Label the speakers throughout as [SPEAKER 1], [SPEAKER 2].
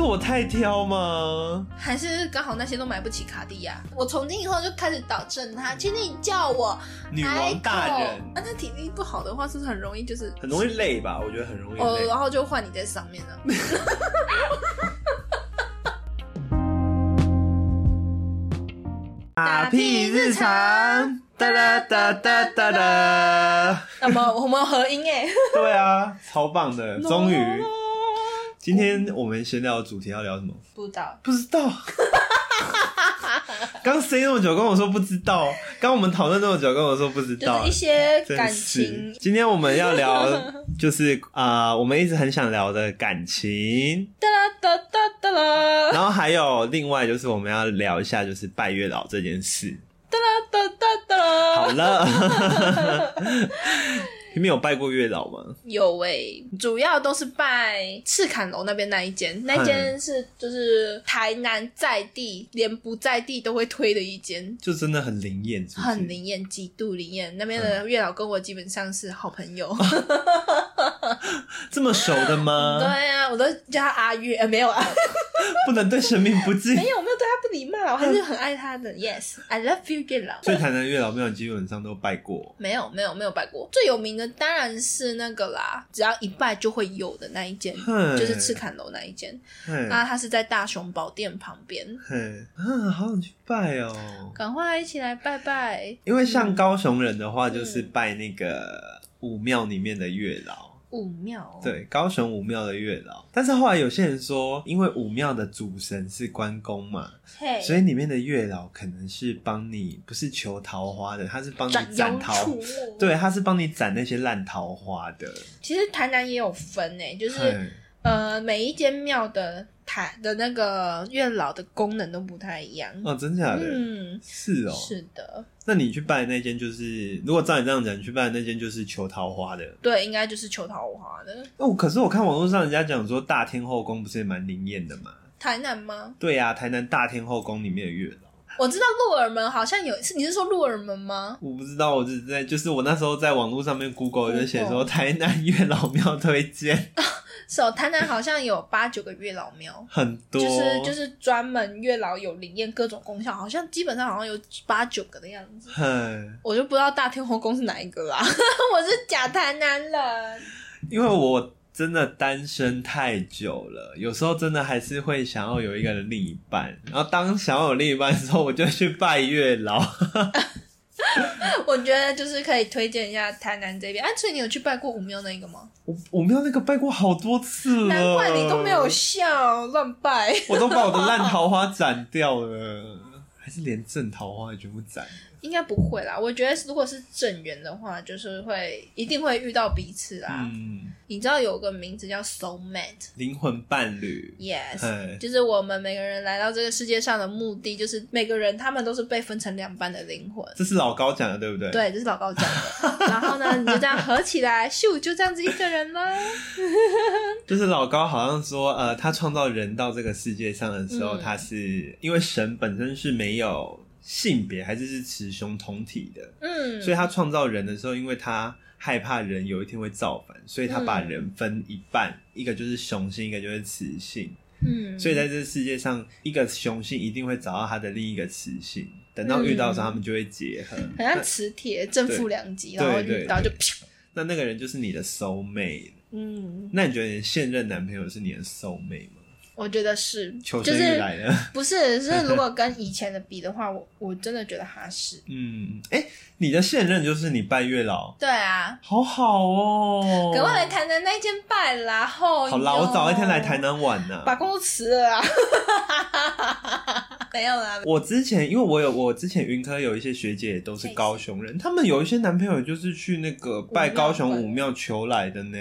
[SPEAKER 1] 我太挑吗？
[SPEAKER 2] 还是刚好那些都买不起卡地亚。我从今以后就开始导正他，请你叫我
[SPEAKER 1] 女王大人
[SPEAKER 2] Michael 啊那、他体力不好的话，是不是很容易就是
[SPEAKER 1] 很容易累吧？我觉得很容易
[SPEAKER 2] 哦，
[SPEAKER 1] 累。
[SPEAKER 2] 然后就换你在上面了。
[SPEAKER 1] 打屁日常，哒哒哒哒哒哒。
[SPEAKER 2] 那么我们合音哎，
[SPEAKER 1] 对啊，超棒 的，终于。今天我们闲聊的主题要聊什么？
[SPEAKER 2] 不知道
[SPEAKER 1] 不知 道。刚 say 那么久跟我说不知道，刚我们讨论那么久跟我说不知
[SPEAKER 2] 就
[SPEAKER 1] 道
[SPEAKER 2] 是一，些
[SPEAKER 1] 真
[SPEAKER 2] 感
[SPEAKER 1] 是
[SPEAKER 2] 情。
[SPEAKER 1] 今天我们要 聊，就是啊、呃我们一直很想聊的感情，
[SPEAKER 2] 哒啦哒哒哒啦
[SPEAKER 1] 然后还有另外就是我们要聊一下就是拜月老这件 事。
[SPEAKER 2] 哒哒哒
[SPEAKER 1] 好
[SPEAKER 2] 啦。
[SPEAKER 1] 了， 你们有拜过月老吗？
[SPEAKER 2] 有哎、主要都是拜赤坎楼那边那一间，那间是就是台南在地连不在地都会推的一间。
[SPEAKER 1] 就真的很灵验，是不是
[SPEAKER 2] 很。灵验，极度灵验。那边的月老跟我基本上是好朋友。
[SPEAKER 1] 这么熟的吗？
[SPEAKER 2] 对啊，我都叫他阿月，呃、 没有啊，
[SPEAKER 1] 不能对神明不 敬。
[SPEAKER 2] 没有，我没有对他不 礼貌，我还是很爱他的。Yes，I love you，月老。
[SPEAKER 1] 所以台南月老庙基本上都拜过，
[SPEAKER 2] 没有，没有，没有拜过。最有名的当然是那个啦，只要一拜就会有的那一间，
[SPEAKER 1] 哼
[SPEAKER 2] 就是赤坎楼那一间。
[SPEAKER 1] 嘿，
[SPEAKER 2] 那它是在大雄宝殿旁边，
[SPEAKER 1] 嘿，啊，好想去拜哦。
[SPEAKER 2] 赶快一起来拜拜
[SPEAKER 1] 因为像高雄人的
[SPEAKER 2] 嗯
[SPEAKER 1] 话，就是拜那个武庙里面的月老。
[SPEAKER 2] 五庙、哦。，
[SPEAKER 1] 对，高雄武庙的月老，但是后来有些人说，因为武庙的主神是关公嘛，
[SPEAKER 2] 嘿，
[SPEAKER 1] 所以里面的月老可能是帮你，不是求桃花的，他是帮你
[SPEAKER 2] 妖
[SPEAKER 1] 斩桃，
[SPEAKER 2] 除魔。
[SPEAKER 1] 对，，他是帮你斩那些烂桃花的。
[SPEAKER 2] 其实台南也有分诶、就是
[SPEAKER 1] 嘿
[SPEAKER 2] 呃，每一间庙的台的那个月老的功能都不太一样。
[SPEAKER 1] 哦，真假的？
[SPEAKER 2] 嗯，
[SPEAKER 1] 是哦，
[SPEAKER 2] 是的，
[SPEAKER 1] 那你去拜的那间就是，如果照你这样讲，你去拜的那间就是求桃花的。
[SPEAKER 2] 对，应该就是求桃花的。
[SPEAKER 1] 哦，可是我看网络上人家讲说，大天后宫不是也蛮灵验的嘛？
[SPEAKER 2] 台南 吗？
[SPEAKER 1] 对呀、台南大天后宫里面的月老，
[SPEAKER 2] 我知道鹿耳门好像有，是你是说鹿耳门吗？
[SPEAKER 1] 我不知道，我只是在就是我那时候在网络上面 Google 就写说
[SPEAKER 2] Google
[SPEAKER 1] 台南月老庙推荐
[SPEAKER 2] 是哦，台南好像有八九个月老庙，
[SPEAKER 1] 很多，
[SPEAKER 2] 就是就是专门月老有灵验各种功效，好像基本上好像有八九个的样子。
[SPEAKER 1] 很，
[SPEAKER 2] 我就不知道大天后宫是哪一个啦， 我是假台南人。
[SPEAKER 1] 因为我真的单身太久了，有时候真的还是会想要有一个另一半，然后当想要有另一半的时候，我就去拜月老。
[SPEAKER 2] 我觉得就是可以推荐一下台南这边。哎、所以你有去拜过武庙那一个吗？
[SPEAKER 1] 我我庙那个拜过好多次 了，
[SPEAKER 2] 难怪你都没有笑，乱拜。
[SPEAKER 1] 我都把我的烂桃花斩掉了，还是连正桃花也全部斩。
[SPEAKER 2] 应该不会啦，我觉得如果是正缘的话，就是会一定会遇到彼此啦。
[SPEAKER 1] 嗯，
[SPEAKER 2] 你知道有个名字叫 soul mate。
[SPEAKER 1] 灵魂伴侣，
[SPEAKER 2] Yes，
[SPEAKER 1] 哎，
[SPEAKER 2] 就是我们每个人来到这个世界上的目的，就是每个人他们都是被分成两半的灵魂。
[SPEAKER 1] 这是老高讲的，对不对？，
[SPEAKER 2] 对，这是老高讲 的。然后呢，你就这样合起来，咻，就这样子一个人啦。
[SPEAKER 1] 就是老高好像说，呃，他创造人到这个世界上的时候，
[SPEAKER 2] 嗯
[SPEAKER 1] 他是因为神本身是没有性别，还是是雌雄同体的，
[SPEAKER 2] 嗯，
[SPEAKER 1] 所以他创造人的时候，因为他害怕人有一天会造反，所以他把
[SPEAKER 2] 嗯
[SPEAKER 1] 人分一半，一个就是雄性，一个就是雌性。
[SPEAKER 2] 嗯，
[SPEAKER 1] 所以在这世界上，一个雄性一定会找到他的另一个雌性，等到遇到的时候，
[SPEAKER 2] 嗯
[SPEAKER 1] 他们就会结合。
[SPEAKER 2] 很像磁铁正负两
[SPEAKER 1] 对
[SPEAKER 2] 极，然后
[SPEAKER 1] 对对
[SPEAKER 2] 遇到就
[SPEAKER 1] 对那那个人就是你的 soul mate。
[SPEAKER 2] 嗯，
[SPEAKER 1] 那你觉得你现任男朋友是你的 soul mate 吗？
[SPEAKER 2] 我觉得是，
[SPEAKER 1] 求
[SPEAKER 2] 就
[SPEAKER 1] 生欲
[SPEAKER 2] 是
[SPEAKER 1] 来了。
[SPEAKER 2] 不是是如果跟以前的比的话，我我真的觉得他是。
[SPEAKER 1] 嗯，哎、你的现任就是你拜月老，
[SPEAKER 2] 对啊，
[SPEAKER 1] 好好哦。
[SPEAKER 2] 赶快来台南那一间拜啦！吼，
[SPEAKER 1] 好啦，我早一天来台，南玩呐、
[SPEAKER 2] 哦 把工作辞了啊！ 没有啦，
[SPEAKER 1] 我之前因为我有我之前云科有一些学姐也都是高雄人，他们有一些男朋友就是去那个拜
[SPEAKER 2] 武庙
[SPEAKER 1] 高雄
[SPEAKER 2] 拜
[SPEAKER 1] 武庙求来的呢。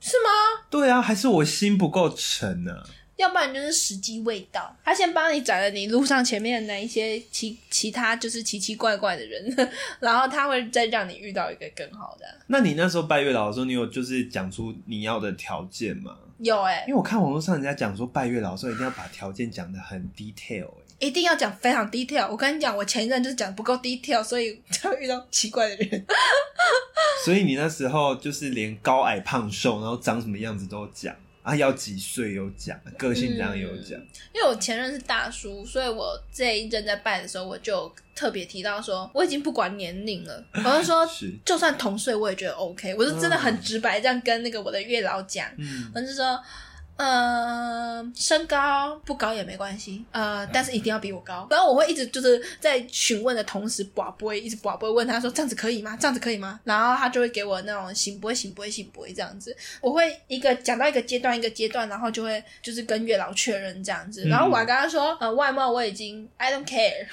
[SPEAKER 2] 是吗？
[SPEAKER 1] 对啊，还是我心不够沉啊。
[SPEAKER 2] 要不然就是时机未到，他先帮你斩了你路上前面的那一些其其他就是奇奇怪怪的人， 然后他会再让你遇到一个更好的。
[SPEAKER 1] 那你那时候拜月老的时候，你有就是讲出你要的条件吗？
[SPEAKER 2] 有哎、
[SPEAKER 1] 因为我看网络上人家讲说拜月老的时候一定要把条件讲的很 detail，、欸、
[SPEAKER 2] 一定要讲非常 detail。我跟你讲，我前一任就是讲不够 detail，所以才会遇到奇怪的人。
[SPEAKER 1] 所以你那时候就是连高矮胖瘦，然后长什么样子都讲。啊，要几岁有讲，个性怎样有讲，
[SPEAKER 2] 因为我前任是大叔，所以我这一任在拜的时候，我就特别提到说，我已经不管年龄了，我就说，
[SPEAKER 1] 是，
[SPEAKER 2] 就算同岁我也觉得 OK，我是真的很直白这样跟那个我的月老讲，
[SPEAKER 1] 嗯，
[SPEAKER 2] 我就说，呃，身高不高也没关系，呃，但是一定要比我高。然后我会一直就是在询问的同时，寡不会一直寡不会问他说这样子可以吗？这样子可以吗？然后他就会给我那种行不会行不会行不会这样子，我会一个讲到一个阶段一个阶段，然后就会就是跟月老确认这样子。然后我还跟他说，呃，外貌我已经 I don't care，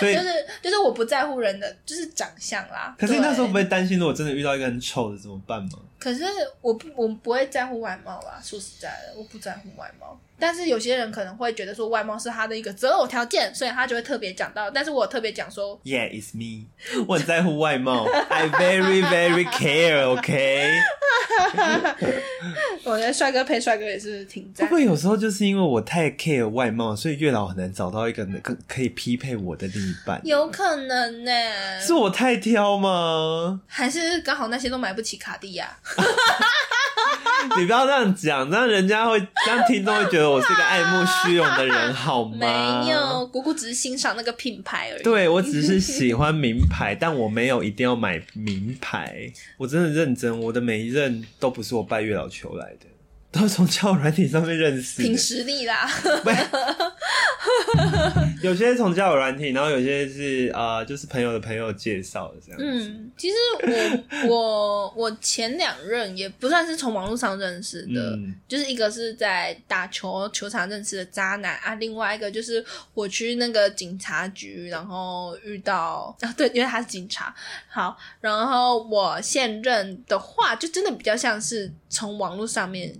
[SPEAKER 1] 所以
[SPEAKER 2] 就。是就是我不在乎人的就是长相啦。
[SPEAKER 1] 可是那时候
[SPEAKER 2] 对
[SPEAKER 1] 不会担心，如果真的遇到一个很丑的怎么办吗？
[SPEAKER 2] 可是我不，我不会在乎外貌啦。说实在的，我不在乎外貌。但是有些人可能会觉得说外貌是他的一个择偶条件，所以他就会特别讲到。但是我有特别讲说，
[SPEAKER 1] Yeah, it's me。我 很在乎外貌，I very very care. OK，
[SPEAKER 2] 我觉得帅哥配帅哥也是挺
[SPEAKER 1] 会
[SPEAKER 2] 赞
[SPEAKER 1] 不。会有时候就是因为我太 care 外貌，所以月老很难找到一个能可可以匹配我的另一半？
[SPEAKER 2] 有可能呢、
[SPEAKER 1] 是我太挑吗？
[SPEAKER 2] 还是刚好那些都买不起卡地亚，
[SPEAKER 1] 你不要这样讲，让人家会让听众会觉得我是个爱慕虚荣的人，好
[SPEAKER 2] 没
[SPEAKER 1] 吗？
[SPEAKER 2] 有，姑姑只是欣赏那个品牌而已。
[SPEAKER 1] 对，我只是喜欢名牌，但我没有一定要买名牌。我真的认真，我的每一任都不是我拜月老求来的，都是从交友软体上面认识
[SPEAKER 2] 凭
[SPEAKER 1] 的。
[SPEAKER 2] 实力啦，
[SPEAKER 1] 有些是从交友软体，然后有些是呃，就是朋友的朋友介绍的这样子。
[SPEAKER 2] 嗯，其实我我我前两任也不算是从网络上认识的，
[SPEAKER 1] 嗯
[SPEAKER 2] 就是一个是在打球球场认识的渣男啊，另外一个就是我去那个警察局，然后遇到啊，对，因为他是警察。好，然后我现任的话，就真的比较像是从网络上面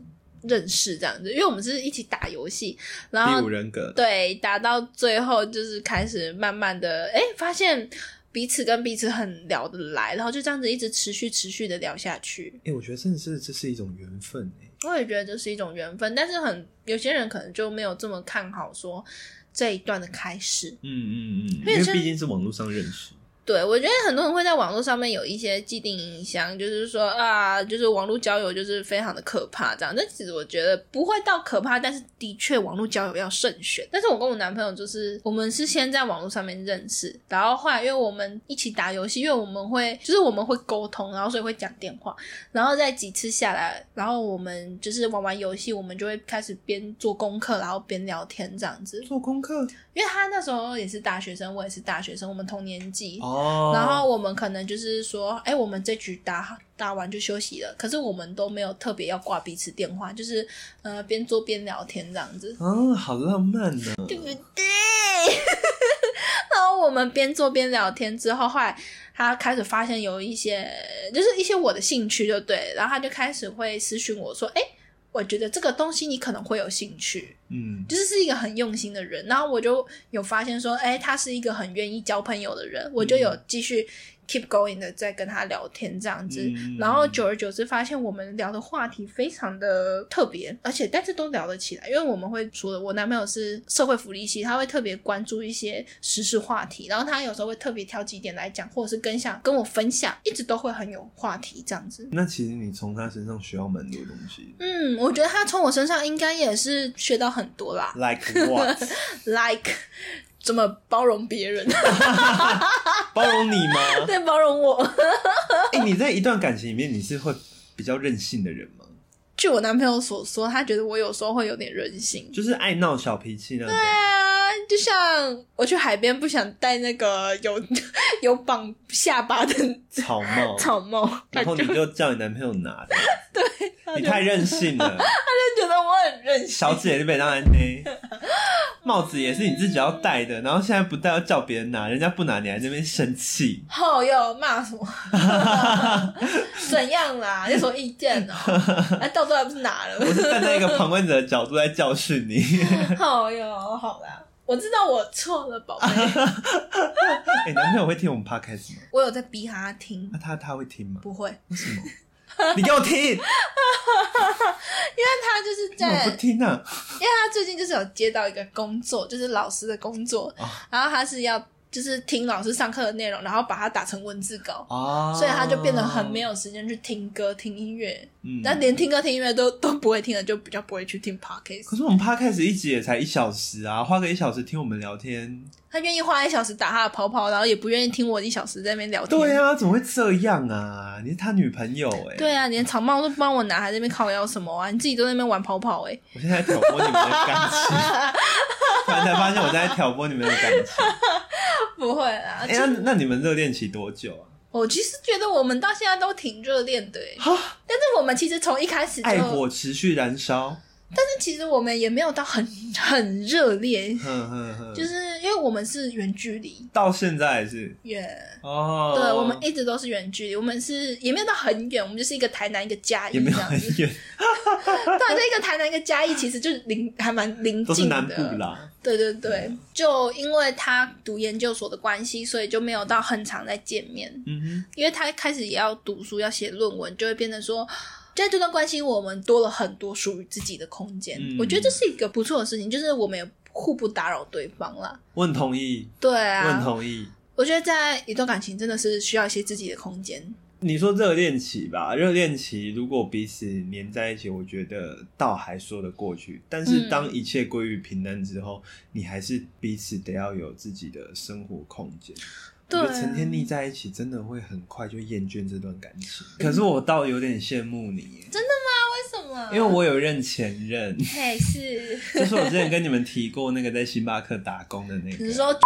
[SPEAKER 2] 认识这样子，因为我们是一起打游戏，然后
[SPEAKER 1] 第五人格，
[SPEAKER 2] 对，打到最后就是开始慢慢的，哎，发现彼此跟彼此很聊得来，然后就这样子一直持续持续的聊下去。
[SPEAKER 1] 哎、我觉得真的是这是一种缘分哎、
[SPEAKER 2] 我也觉得这是一种缘分，但是很有些人可能就没有这么看好说这一段的开始。
[SPEAKER 1] 嗯嗯嗯，因
[SPEAKER 2] 为
[SPEAKER 1] 为
[SPEAKER 2] 真
[SPEAKER 1] 毕竟是网络上认识。
[SPEAKER 2] 对我觉得很多人会在网络上面有一些既定印象，就是说啊，就是网络交友就是非常的可怕这样。但其实我觉得不会到可怕，但是的确网络交友要慎选。但是我跟我男朋友就是我们是先在网络上面认识，然后后来因为我们一起打游戏，因为我们会就是我们会沟通，然后所以会讲电话，然后再几次下来，然后我们就是玩完游戏，我们就会开始边做功课，然后边聊天这样子。
[SPEAKER 1] 做功课
[SPEAKER 2] 因为他那时候也是大学生，我也是大学生，我们同年纪
[SPEAKER 1] 哦，
[SPEAKER 2] 然后我们可能就是说，哎、我们这局打打完就休息了，可是我们都没有特别要挂彼此电话，就是呃边做边聊天这样子，
[SPEAKER 1] 啊，好浪漫呢、
[SPEAKER 2] 对不对？然后我们边做边聊天之后，后来他开始发现有一些就是一些我的兴趣就对，然后他就开始会私讯我说，哎、我觉得这个东西你可能会有兴趣，
[SPEAKER 1] 嗯，
[SPEAKER 2] 就是是一个很用心的人，然后我就有发现说，哎、他是一个很愿意交朋友的人，我就有继续 keep going 的在跟他聊天这样子，
[SPEAKER 1] 嗯
[SPEAKER 2] 然后久而久之发现我们聊的话题非常的特别，而且但是都聊得起来，因为我们会除了我男朋友是社会福利系，他会特别关注一些时事话题，然后他有时候会特别挑几点来讲，或者是跟想跟我分享，一直都会很有话题这样子。
[SPEAKER 1] 那其实你从他身上学到蛮多东西的
[SPEAKER 2] 嗯，我觉得他从我身上应该也是学到很多啦。
[SPEAKER 1] ，like what？
[SPEAKER 2] like 怎么包容别人，
[SPEAKER 1] 包容你吗？
[SPEAKER 2] 对，包容我。
[SPEAKER 1] 哎、你在一段感情里面，你是会比较任性的人吗？
[SPEAKER 2] 据我男朋友所说，他觉得我有时候会有点任性。
[SPEAKER 1] 就是爱闹小脾气那种。
[SPEAKER 2] 对啊，就像我去海边不想戴那个有 有绑下巴的
[SPEAKER 1] 草 帽，
[SPEAKER 2] 草帽，他
[SPEAKER 1] 然后
[SPEAKER 2] 就
[SPEAKER 1] 你就叫你男朋友拿 的，你太任性了，
[SPEAKER 2] 觉得我很任性。
[SPEAKER 1] 小姐就被当然呢。帽子也是你自己要戴的，然后现在不戴要叫别人拿，人家不拿你还在那边生气。
[SPEAKER 2] 后又 骂什么？怎样啦？有什么意见 呢、啊，到最后还不是拿了？
[SPEAKER 1] 我是站在一个旁观者的角度在教训你。
[SPEAKER 2] 后又好啦，我知道我错了， 宝贝。
[SPEAKER 1] 哎、男朋友会听我们 podcast 吗？
[SPEAKER 2] 我有在逼他听
[SPEAKER 1] 那、，他他会听 吗？
[SPEAKER 2] 不会，
[SPEAKER 1] 为
[SPEAKER 2] 因
[SPEAKER 1] 什么？你给我听，
[SPEAKER 2] 为他就是
[SPEAKER 1] 怎么
[SPEAKER 2] 在
[SPEAKER 1] 不听啊？
[SPEAKER 2] 因为他最近就是有接到一个工作，就是老师的工作，
[SPEAKER 1] 哦
[SPEAKER 2] 然后他是要就是听老师上课的内容，然后把它打成文字稿，
[SPEAKER 1] 哦，
[SPEAKER 2] 所以他就变得很没
[SPEAKER 1] 有，
[SPEAKER 2] 有时间去听歌、听音乐，
[SPEAKER 1] 嗯
[SPEAKER 2] 但连听歌、听音乐都都不会听了，就比较不会去听 podcast
[SPEAKER 1] 可。是我们 podcast 一集也才一小时啊，花个一小时听我们聊天，
[SPEAKER 2] 他愿意花一小时打他的泡泡，然后也不愿意听我一小时在那边聊天。
[SPEAKER 1] 对啊，怎么会这样啊？你是他女朋友哎、
[SPEAKER 2] 对啊，连草帽都不帮我拿，还在那边靠腰什么啊？你自己都在那边玩跑跑哎、
[SPEAKER 1] 我现在挑拨你们的感 情，突然才发现我在挑拨你们的感 情。
[SPEAKER 2] 不会啊，
[SPEAKER 1] 哎、那那你们热恋期多久啊？
[SPEAKER 2] 我其实觉得我们到现在都挺热恋的、欸，但是我们其实从一开始就，
[SPEAKER 1] 爱
[SPEAKER 2] 但
[SPEAKER 1] 火持续燃烧，
[SPEAKER 2] 是其实我们也没有到很很热烈，
[SPEAKER 1] 哼哼哼，
[SPEAKER 2] 就是因为我们是远距离，
[SPEAKER 1] 到现在也是
[SPEAKER 2] 远，
[SPEAKER 1] 哦。
[SPEAKER 2] 对我们一直都是远距离，我们是也没有到很远，我们就是一个台南一个嘉义
[SPEAKER 1] 也
[SPEAKER 2] 这
[SPEAKER 1] 没有
[SPEAKER 2] 样
[SPEAKER 1] 很
[SPEAKER 2] 子，
[SPEAKER 1] 远，
[SPEAKER 2] 对，这一个台南一个嘉义，其实就是邻还蛮邻
[SPEAKER 1] 都是
[SPEAKER 2] 近的，
[SPEAKER 1] 南部啦。
[SPEAKER 2] 对对对，就因为他读研究所的关系，所以就没有到很常在见面。
[SPEAKER 1] 嗯
[SPEAKER 2] 因为他开始也要读书，要写论文，就会变成说，在这段关系，我们多了很多属于自己的空间。
[SPEAKER 1] 嗯
[SPEAKER 2] 我觉得这是一个不错的事情，就是我们也互不打扰对方啦
[SPEAKER 1] 哼。，我很同意，
[SPEAKER 2] 对
[SPEAKER 1] 我很
[SPEAKER 2] 啊，
[SPEAKER 1] 同意。
[SPEAKER 2] 我觉得在一段感情真的是需要一些自己的空间。
[SPEAKER 1] 你说热恋期吧，热恋期如果彼此黏在一起，我觉得倒还说得过去。但是
[SPEAKER 2] 嗯
[SPEAKER 1] 当一切归于平淡之后，你还是彼此得要有自己的生活空间。我
[SPEAKER 2] 对
[SPEAKER 1] 觉
[SPEAKER 2] 啊
[SPEAKER 1] 得成天腻在一起，真的会很快就厌倦这段感情。
[SPEAKER 2] 嗯
[SPEAKER 1] 可是我倒有点羡慕你耶，
[SPEAKER 2] 为什么
[SPEAKER 1] 因为我有一任前任，
[SPEAKER 2] 嘿是，
[SPEAKER 1] 就是我之前跟你们提过那个在星巴克打工的那个，
[SPEAKER 2] 你说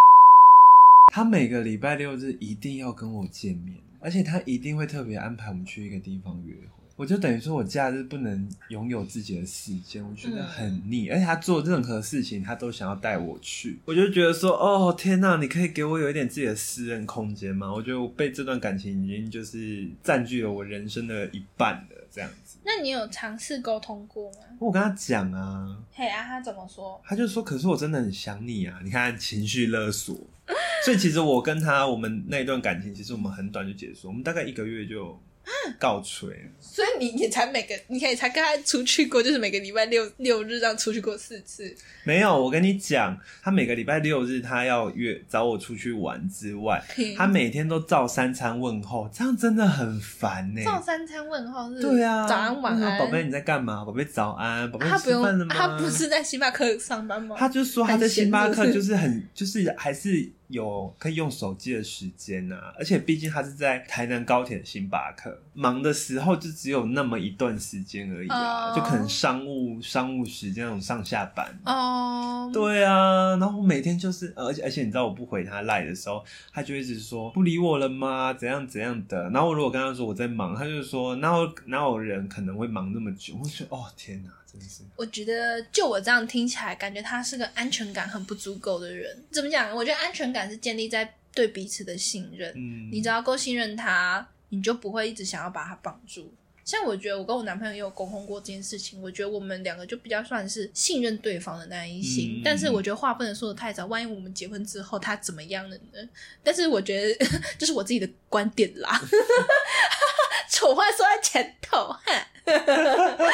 [SPEAKER 1] 他每个礼拜六日一定要跟我见面，而且他一定会特别安排我们去一个地方约会。我就等于说我假日不能拥有自己的时间，我觉得很腻。而且他做任何事情，他都想要带我去，我就觉得说，哦天呐，你可以给我有一点自己的私人空间吗？我觉得我被这段感情已经就是占据了我人生的一半了，这样子。
[SPEAKER 2] 那你有尝试沟通过吗？
[SPEAKER 1] 我跟他讲啊，
[SPEAKER 2] 嘿啊，他怎么说？
[SPEAKER 1] 他就说：“可是我真的很想你啊！”你看情绪勒索， 所以其实我跟他我们那一段感情，其实我们很短就结束，我们大概一个月就
[SPEAKER 2] 啊
[SPEAKER 1] 告吹了。
[SPEAKER 2] 所以你你才每个，你可以才跟他出去过，就是每个礼拜六六日这样出去过四次。
[SPEAKER 1] 没有，我跟你讲，他每个礼拜六日他要约找我出去玩之外，
[SPEAKER 2] 嗯
[SPEAKER 1] 他每天都照三餐问候，这样真的很烦呢、
[SPEAKER 2] 嗯照三餐问候是？
[SPEAKER 1] 对啊，
[SPEAKER 2] 早安晚安。
[SPEAKER 1] 宝贝，你在干嘛？宝贝早安，宝贝
[SPEAKER 2] 他不
[SPEAKER 1] 吃
[SPEAKER 2] 用
[SPEAKER 1] 饭了，吗？
[SPEAKER 2] 他不是在星巴克上班吗？
[SPEAKER 1] 他就说他在星巴克
[SPEAKER 2] 很闲是
[SPEAKER 1] 就
[SPEAKER 2] 不
[SPEAKER 1] 是很就是还是有可以用手机的时间啊，而且毕竟他是在台南高铁的星巴克，忙的时候就只有那么一段时间而已啊，
[SPEAKER 2] 哦
[SPEAKER 1] 就可能商务商务时间那种上下班。
[SPEAKER 2] 哦，
[SPEAKER 1] 啊对啊，然后我每天就是，呃而且而且你知道我不回他赖的时候，他就一直说不理我了吗？怎样怎样的。然后我如果跟他说我在忙，他就说哪有哪有人可能会忙那么久？我就觉得哦天哪，真的是
[SPEAKER 2] 我觉得就我这样听起来，感觉他是个安全感很不足够的人。怎么讲？我觉得安全感是建立在对彼此的信任。
[SPEAKER 1] 嗯，
[SPEAKER 2] 你只要够信任他，你就不会一直想要把他绑住。像我觉得我跟我男朋友也有沟通过这件事情，我觉得我们两个就比较算是信任对方的那一型，
[SPEAKER 1] 嗯
[SPEAKER 2] 但是我觉得话不能说的太早，万一我们结婚之后他怎么样了呢？但是我觉得 这是我自己的观点啦， 丑话说在前头， 哈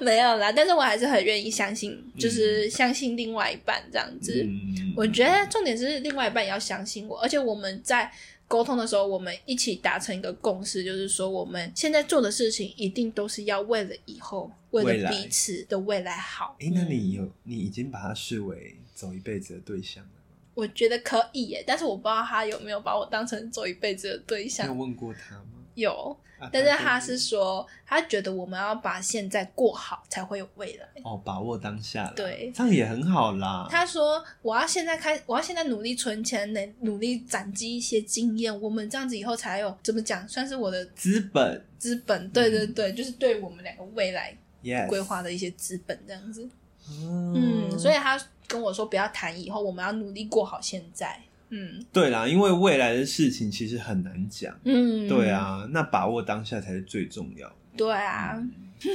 [SPEAKER 2] 没有啦，但是我还是很愿意相信，就是相信另外一半这样子。
[SPEAKER 1] 嗯
[SPEAKER 2] 我觉得重点是另外一半也要相信我，而且我们在沟通的时候，我们一起达成一个共识，就是说我们现在做的事情一定都是要为了以后，为
[SPEAKER 1] 未
[SPEAKER 2] 了
[SPEAKER 1] 来
[SPEAKER 2] 彼此的未来好。
[SPEAKER 1] 哎、那
[SPEAKER 2] 嗯
[SPEAKER 1] 你有你已经把他视为走一辈子的对象了吗？
[SPEAKER 2] 我觉得可以耶，但是我不知道他有没有把我当成做一辈子的对
[SPEAKER 1] 你有
[SPEAKER 2] 象。
[SPEAKER 1] 问过他吗？
[SPEAKER 2] 有，
[SPEAKER 1] 啊
[SPEAKER 2] 但是
[SPEAKER 1] 他
[SPEAKER 2] 他
[SPEAKER 1] 就是
[SPEAKER 2] 说，他觉得我们要把现在过好，才会有未来。
[SPEAKER 1] 哦，把握当下啦，
[SPEAKER 2] 对
[SPEAKER 1] 这样也很好啦。
[SPEAKER 2] 他说：“我要现在开，我要现在努力存钱，能努力攒积一些经验。我们这样子以后才有怎么讲，算是我的
[SPEAKER 1] 资本
[SPEAKER 2] 资本，对对对，就是对我们两个未来
[SPEAKER 1] 嗯，yes，
[SPEAKER 2] 规划的一些资本这样子。
[SPEAKER 1] 嗯
[SPEAKER 2] 嗯，所
[SPEAKER 1] 以
[SPEAKER 2] 以他跟我说不要谈以后，我们要努力过好现在。嗯
[SPEAKER 1] 对啦，因为未来的事情其实很难讲。
[SPEAKER 2] 嗯，
[SPEAKER 1] 对，啊，那把握当下才是最重要的。
[SPEAKER 2] 对啊，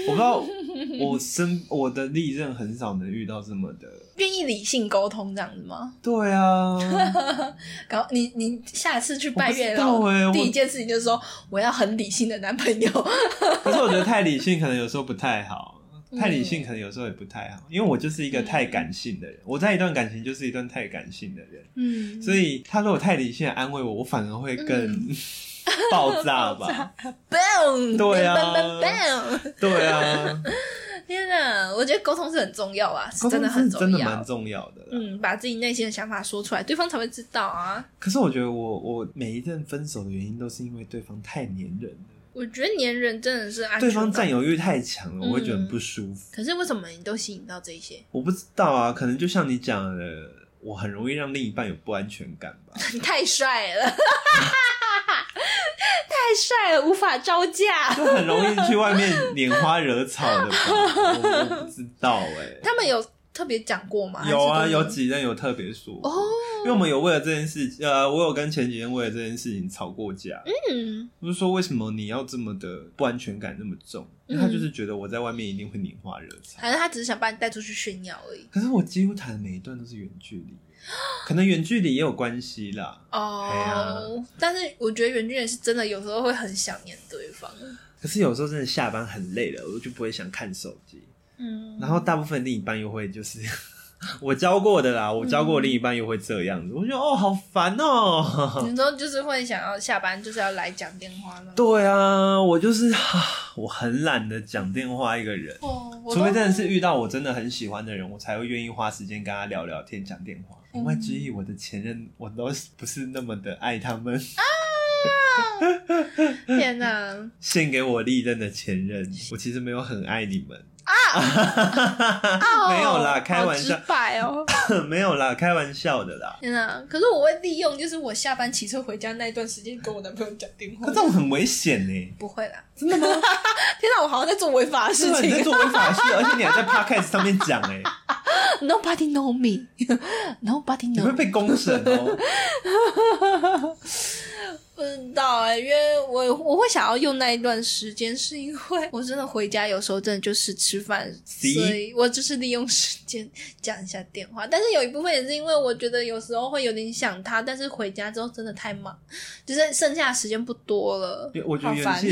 [SPEAKER 1] 我不知 道，我身我的历任很少能遇到这么的。
[SPEAKER 2] 愿意理性沟通这样子吗？
[SPEAKER 1] 对 啊，
[SPEAKER 2] 搞你你下次去拜月
[SPEAKER 1] 我
[SPEAKER 2] 老
[SPEAKER 1] 不知道欸，我
[SPEAKER 2] 第一件事情就是说我要很理性的男朋友。
[SPEAKER 1] 可是我觉得太理性可能有时候不太好。
[SPEAKER 2] 嗯
[SPEAKER 1] 太理性可能有时候也不太好，因为我就是一个太感性的人，我在一段感情就是一段太感性的人，
[SPEAKER 2] 嗯，
[SPEAKER 1] 所以他如果太理性地安慰我，我反而会更、 爆炸吧？
[SPEAKER 2] ，bang，
[SPEAKER 1] 对啊
[SPEAKER 2] bang bang bang，
[SPEAKER 1] 对啊，
[SPEAKER 2] 天哪，我觉得沟通是很重要啊，是
[SPEAKER 1] 沟
[SPEAKER 2] 真
[SPEAKER 1] 通
[SPEAKER 2] 的
[SPEAKER 1] 是
[SPEAKER 2] 很
[SPEAKER 1] 真
[SPEAKER 2] 重
[SPEAKER 1] 的蛮
[SPEAKER 2] 要。
[SPEAKER 1] 重要的啦。
[SPEAKER 2] 嗯，把自己内心的想法说出来，对方才会知道啊。
[SPEAKER 1] 可是我觉得我我每一任分手的原因都是因为对方太黏人了，
[SPEAKER 2] 我觉得粘人真的是安全
[SPEAKER 1] 对
[SPEAKER 2] 感
[SPEAKER 1] 方占有欲太强了，我会觉得
[SPEAKER 2] 嗯
[SPEAKER 1] 很不舒服。
[SPEAKER 2] 可是为什么你都吸引到这一些？
[SPEAKER 1] 我不知道啊，可能就像你讲的，我很容易让另一半有不安全感吧。
[SPEAKER 2] 你太帅了， 太帅了，无法招 架。
[SPEAKER 1] 就很容易去外面拈花惹草的吧？我我不知道哎、
[SPEAKER 2] 他们有特别讲过吗？
[SPEAKER 1] 有啊，
[SPEAKER 2] 还是都
[SPEAKER 1] 有
[SPEAKER 2] 是
[SPEAKER 1] 几任有特别说
[SPEAKER 2] 哦，
[SPEAKER 1] 因为我们有为了这件事，呃，我有跟前几任为了这件事情吵过架。
[SPEAKER 2] 嗯，
[SPEAKER 1] 我就说为什么你要这么的不安全感那么重？因为他就是觉得我在外面一定会拈花惹草。
[SPEAKER 2] 还是他只是想把你带出去炫耀而已。
[SPEAKER 1] 可是我几乎谈的每一段都是远距离，可能远距离也有关系啦。哎
[SPEAKER 2] 哦
[SPEAKER 1] 呀，
[SPEAKER 2] 但是我觉得袁俊也是真的，有时候会很想念对方。
[SPEAKER 1] 可是有时候真的下班很累了，我就不会想看手机。
[SPEAKER 2] 嗯，
[SPEAKER 1] 然后大部分另一半又会就是 我教过的啦，我教过另一半又会这样子，我觉得哦好烦哦。
[SPEAKER 2] 有时候嗯就是会想要下班就是要来讲电话吗？
[SPEAKER 1] 对啊，我就是 啊我很懒得讲电话一个人，
[SPEAKER 2] 哦，我
[SPEAKER 1] 除非
[SPEAKER 2] 都
[SPEAKER 1] 真的是遇到我真的很喜欢的人，我才会愿意花时间跟他聊聊天、讲电话。
[SPEAKER 2] 嗯
[SPEAKER 1] 言外之意，我的前任我都不是那么的爱他们，
[SPEAKER 2] 天哪，
[SPEAKER 1] 献给我历任的前任，我其实没有很爱你们，
[SPEAKER 2] 哦
[SPEAKER 1] 没有啦开玩笑
[SPEAKER 2] 好直白哦，
[SPEAKER 1] 没有啦，开玩笑的啦。
[SPEAKER 2] 天哪！可是我会利用，就是我下班骑车回家那一段时间跟我男朋友讲电话
[SPEAKER 1] 可。这种很危险呢、
[SPEAKER 2] 不会啦，真的吗？ 天啊哪，我好像在做违法的事
[SPEAKER 1] 啊是吧？你在
[SPEAKER 2] 情。
[SPEAKER 1] 做违法事，而且你还在 podcast 上面讲哎、
[SPEAKER 2] Nobody know me, nobody
[SPEAKER 1] 你
[SPEAKER 2] know
[SPEAKER 1] 会
[SPEAKER 2] me。
[SPEAKER 1] 被公审
[SPEAKER 2] 嗯
[SPEAKER 1] 哦。
[SPEAKER 2] 不知道哎、因为我我会想要用那一段时间，是因为我真的回家有时候真的就是吃饭，所
[SPEAKER 1] See？
[SPEAKER 2] 以我就是利用时间讲一下电话。但是有一部分也是因为我觉得有时候会有点想他，但是回家之后真的太忙，就是剩下的时间不多了。
[SPEAKER 1] 我觉得
[SPEAKER 2] 好
[SPEAKER 1] 远
[SPEAKER 2] 烦
[SPEAKER 1] 距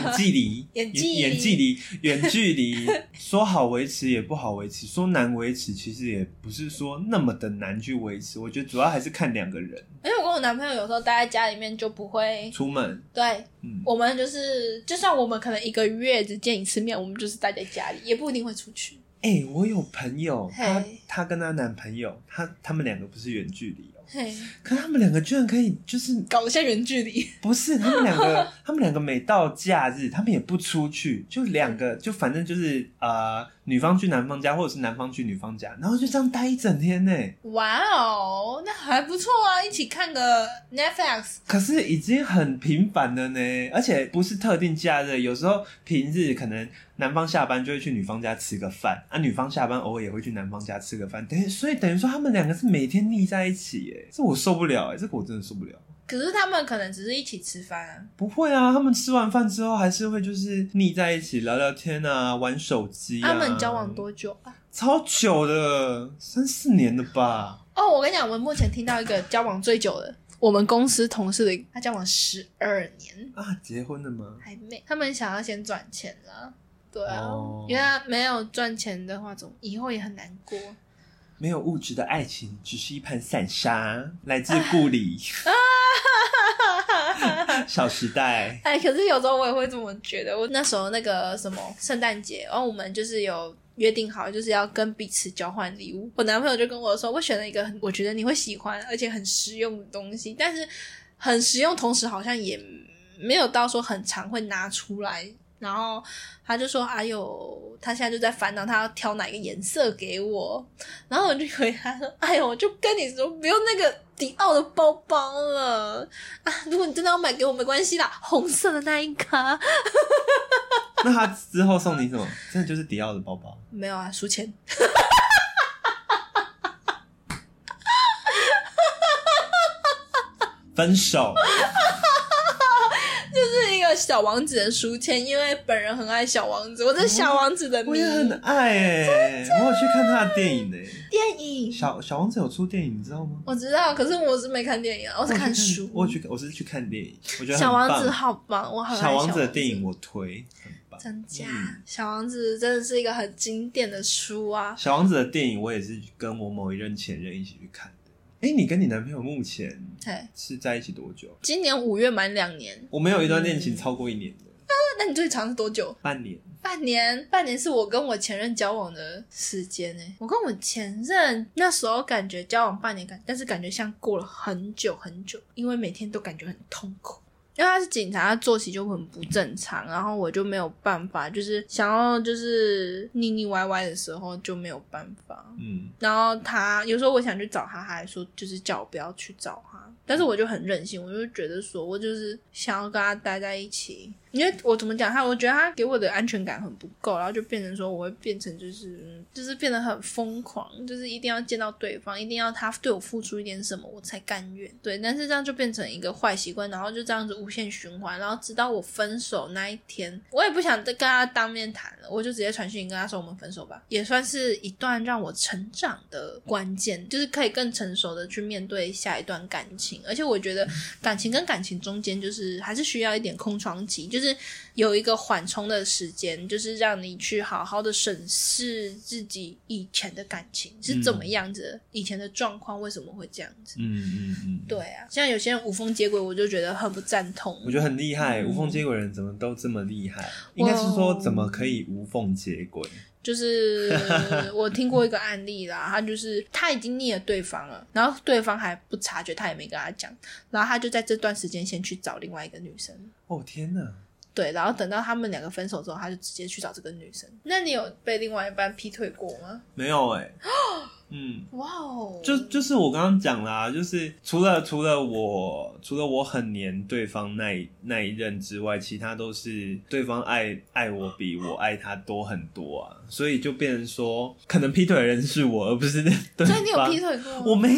[SPEAKER 1] 远距离，
[SPEAKER 2] 远距离
[SPEAKER 1] 远距离，远距离，说好维持也不好维持，说难维持其实也不是说那么的难去维持。我觉得主要还是看两个人
[SPEAKER 2] 而且我跟我男朋友有时候待在家里面就不会，
[SPEAKER 1] 出门，
[SPEAKER 2] 对
[SPEAKER 1] 嗯，
[SPEAKER 2] 我们就是，就算我们可能一个月只见一次面，我们就是待在家里，也不一定会出去。
[SPEAKER 1] 哎、我有朋友，
[SPEAKER 2] 嘿
[SPEAKER 1] 她她跟她男朋友，她他们两个不是远距离哦，
[SPEAKER 2] 嘿，
[SPEAKER 1] 可他们两个居然可以，就是
[SPEAKER 2] 搞一下远距离，
[SPEAKER 1] 不是他们两个， 他们两个每到假日，他们也不出去，就两个就反正就是呃，女方去男方家，或者是男方去女方家，然后就这样待一整天呢。
[SPEAKER 2] 哇哦，那还不错啊！一起看个 Netflix，
[SPEAKER 1] 可是已经很频繁了呢，而且不是特定假日，有时候平日可能男方下班就会去女方家吃个饭，啊，女方下班偶尔也会去男方家吃个饭，等于所以等于说他们两个是每天腻在一起耶，这我受不了哎，这个我真的受不了。
[SPEAKER 2] 可是他们可能只是一起吃饭、啊，
[SPEAKER 1] 不会啊，他们吃完饭之后还是会就是腻在一起聊聊天啊，玩手机、啊。
[SPEAKER 2] 他们交往多久啊？
[SPEAKER 1] 超久的，三四年了吧？
[SPEAKER 2] 哦，我跟你讲，我目前听到一个交往最久的，我们公司同事的，他交往十二年，
[SPEAKER 1] 啊，结婚了吗？
[SPEAKER 2] 还没，他们想要先赚钱啦。对啊，
[SPEAKER 1] 哦
[SPEAKER 2] 因为他没有赚钱的话，总以后也很难过。
[SPEAKER 1] 没有物质的爱情，只是一盘散沙。来自故里， 小时代。
[SPEAKER 2] 哎，可是有时候我也会这么觉得。我那时候那个什么圣诞节，然后我们就是有约定好，就是要跟彼此交换礼物。我男朋友就跟我说，我选了一个很我觉得你会喜欢而且很实用的东西，但是很实用，同时好像也没有到说很常会拿出来。然后他就说：“哎呦，他现在就在烦恼，他要挑哪个颜色给我。”然后我就回他说：“哎呦，我就跟你说，不用那个迪奥的包包了。”啊，如果你真的要买给我，没关系啦，红色的那一颗
[SPEAKER 1] 那他之后送你什么？真的就是迪奥的包包。
[SPEAKER 2] 没有啊，输钱。
[SPEAKER 1] 分手，
[SPEAKER 2] 就就是一个小王子的书签，因为本人很爱小王子，我是小王子的
[SPEAKER 1] 哦我
[SPEAKER 2] 迷。
[SPEAKER 1] 也很爱哎、我有去看他的电影哎、
[SPEAKER 2] 电影
[SPEAKER 1] 小小王子有出电影，你知道吗？
[SPEAKER 2] 我知道，可是我是没看电影啊，我是
[SPEAKER 1] 我有去
[SPEAKER 2] 看书。
[SPEAKER 1] 我有去，我是去看电影，我觉得
[SPEAKER 2] 小
[SPEAKER 1] 很
[SPEAKER 2] 王
[SPEAKER 1] 棒
[SPEAKER 2] 子好棒，我好爱
[SPEAKER 1] 小王子的电
[SPEAKER 2] 影。
[SPEAKER 1] 影我推，很棒。
[SPEAKER 2] 真假？
[SPEAKER 1] 嗯
[SPEAKER 2] 小王子真的是一个很经典的书啊！
[SPEAKER 1] 小王子的电影我也是跟我某一任前任一起去看的。哎、你跟你男朋友目前
[SPEAKER 2] 对，
[SPEAKER 1] 是在一起多久？
[SPEAKER 2] 今年五月满两年，
[SPEAKER 1] 我没有一段恋情超过一年的，
[SPEAKER 2] 那那你最长是多久？
[SPEAKER 1] 半年。
[SPEAKER 2] 半年，半年是我跟我前任交往的时间呢、我跟我前任那时候感觉交往半年感，但是感觉像过了很久很久，因为每天都感觉很痛苦。因为他是警察，他作息就很不正常，然后我就没有办法，就是想要就是腻腻歪歪的时候就没有办法。
[SPEAKER 1] 嗯，
[SPEAKER 2] 然后他有时候我想去找他，他还说就是叫我不要去找他，但是我就很任性，我就觉得说我就是想要跟他待在一起，因为我怎么讲他，我觉得他给我的安全感很不够，然后就变成说我会变成就是嗯就是变得很疯狂，就是一定要见到对方，一定要他对我付出一点什么我才甘愿，对，但是这样就变成一个坏习惯，然后就这样子无限循环，然后直到我分手那一天，我也不想再跟他当面谈了，我就直接传讯跟他说我们分手吧，也算是一段让我成长的关键，就是可以更成熟的去面对下一段感情，而且我觉得感情跟感情中间就是还是需要一点空窗期，就是有一个缓冲的时间，就是让你去好好的审视自己以前的感情
[SPEAKER 1] 嗯
[SPEAKER 2] 是怎么样子的，以前的状况为什么会这样子。
[SPEAKER 1] 嗯嗯嗯，
[SPEAKER 2] 对，啊，像有些人无缝接轨，我就觉得很不赞同。
[SPEAKER 1] 我觉得很厉害，
[SPEAKER 2] 嗯哦
[SPEAKER 1] 无缝接轨人怎么都这么厉害？应该是说怎么可以无缝接轨？
[SPEAKER 2] 就是我听过一个案例啦，他就是他已经腻了对方了，然后对方还不察觉，他也没跟他讲，然后他就在这段时间先去找另外一个女生，
[SPEAKER 1] 哦天哪，
[SPEAKER 2] 对，然后等到他们两个分手之后，他就直接去找这个女生。那你有被另外一半劈腿过吗？
[SPEAKER 1] 没有 哎、嗯。
[SPEAKER 2] 哇哦，
[SPEAKER 1] 就就是我刚刚讲啦，就是除了除了我除了我很黏对方那一那一任之外，其他都是对方爱爱我比我爱他多很多啊，所以就变成说，可能劈腿的人是我，而不是对方。
[SPEAKER 2] 所以你有劈？腿过吗？
[SPEAKER 1] 我没